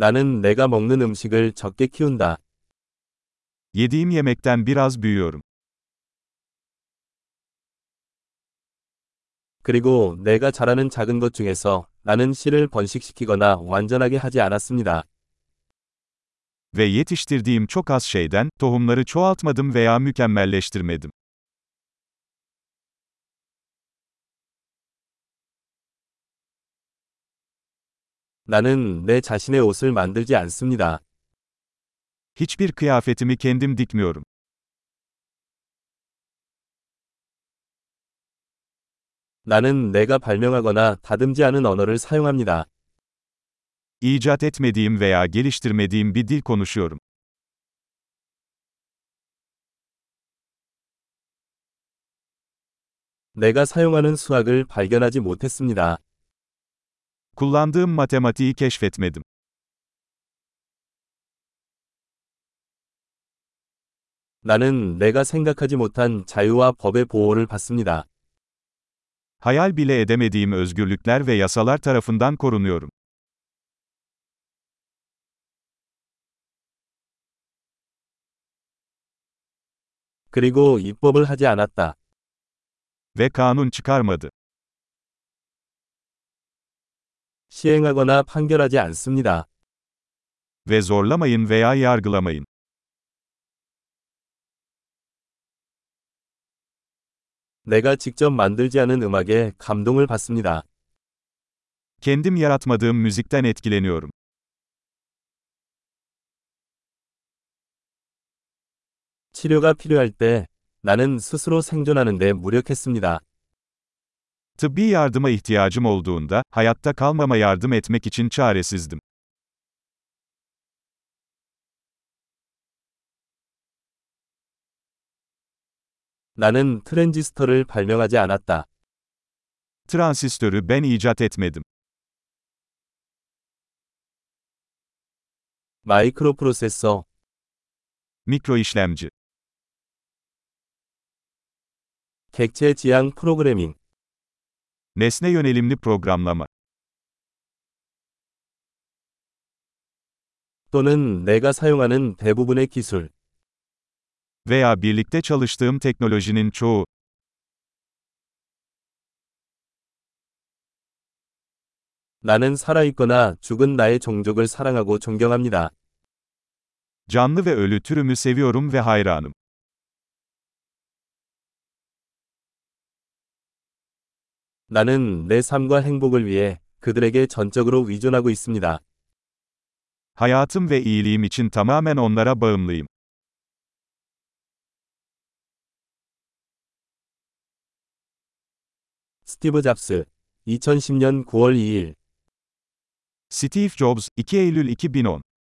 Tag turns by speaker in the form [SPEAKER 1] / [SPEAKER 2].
[SPEAKER 1] 나는 내가 먹는 음식을 적게 키운다.
[SPEAKER 2] Yediğim yemekten biraz büyüyorum.
[SPEAKER 1] 그리고 내가 잘하는 작은 것 중에서 나는 씨를 번식시키거나 완전하게 하지 않았습니다.
[SPEAKER 2] Ve yetiştirdiğim çok az şeyden, tohumları çoğaltmadım veya mükemmelleştirmedim.
[SPEAKER 1] 나는 내 자신의 옷을 만들지 않습니다.
[SPEAKER 2] Hiçbir kıyafetimi kendim dikmiyorum.
[SPEAKER 1] 나는 내가 발명하거나 다듬지 않은 언어를 사용합니다.
[SPEAKER 2] İcat etmediğim veya geliştirmediğim bir dil konuşuyorum.
[SPEAKER 1] 내가 사용하는 수학을 발견하지 못했습니다.
[SPEAKER 2] Kullandığım matematiği keşfetmedim.
[SPEAKER 1] 나는 내가 생각하지 못한 자유와 법의 보호를 받습니다.
[SPEAKER 2] Hayal bile edemediğim özgürlükler ve yasalar tarafından korunuyorum.
[SPEAKER 1] 그리고 입법을 하지 않았다.
[SPEAKER 2] Ve kanun çıkarmadı.
[SPEAKER 1] 시행하거나 판결하지 않습니다.
[SPEAKER 2] Ve zorlamayın veya yargılamayın.
[SPEAKER 1] 내가 직접 만들지 않은 음악에 감동을 받습니다.
[SPEAKER 2] Kendim yaratmadığım müzikten etkileniyorum.
[SPEAKER 1] 치료가 필요할 때 나는 스스로 생존하는데 무력했습니다.
[SPEAKER 2] Tıbbi yardıma ihtiyacım olduğunda, hayatta kalmama yardım etmek için çaresizdim.
[SPEAKER 1] 나는 트랜지스터를 발명하지 않았다.
[SPEAKER 2] Transistörü ben icat etmedim.
[SPEAKER 1] 마이크로프로세서,
[SPEAKER 2] Mikroişlemci,
[SPEAKER 1] 객체 지향 프로그래밍,
[SPEAKER 2] nesne yönelimli programlama
[SPEAKER 1] 또는 내가 사용하는 대부분의 기술,
[SPEAKER 2] veya birlikte çalıştığım teknolojinin çoğu
[SPEAKER 1] 나는 살아있거나 죽은 나의 종족을 사랑하고 존경합니다.
[SPEAKER 2] Canlı ve ölü türümü seviyorum ve hayranım.
[SPEAKER 1] 나는 내 삶과 행복을 위해 그들에게 전적으로 의존하고 있습니다.
[SPEAKER 2] Hayatım ve iyiliğim için tamamen onlara bağımlıyım.
[SPEAKER 1] 스티브 잡스, 2010년 9월 2일.
[SPEAKER 2] Steve Jobs, 2 Eylül 2010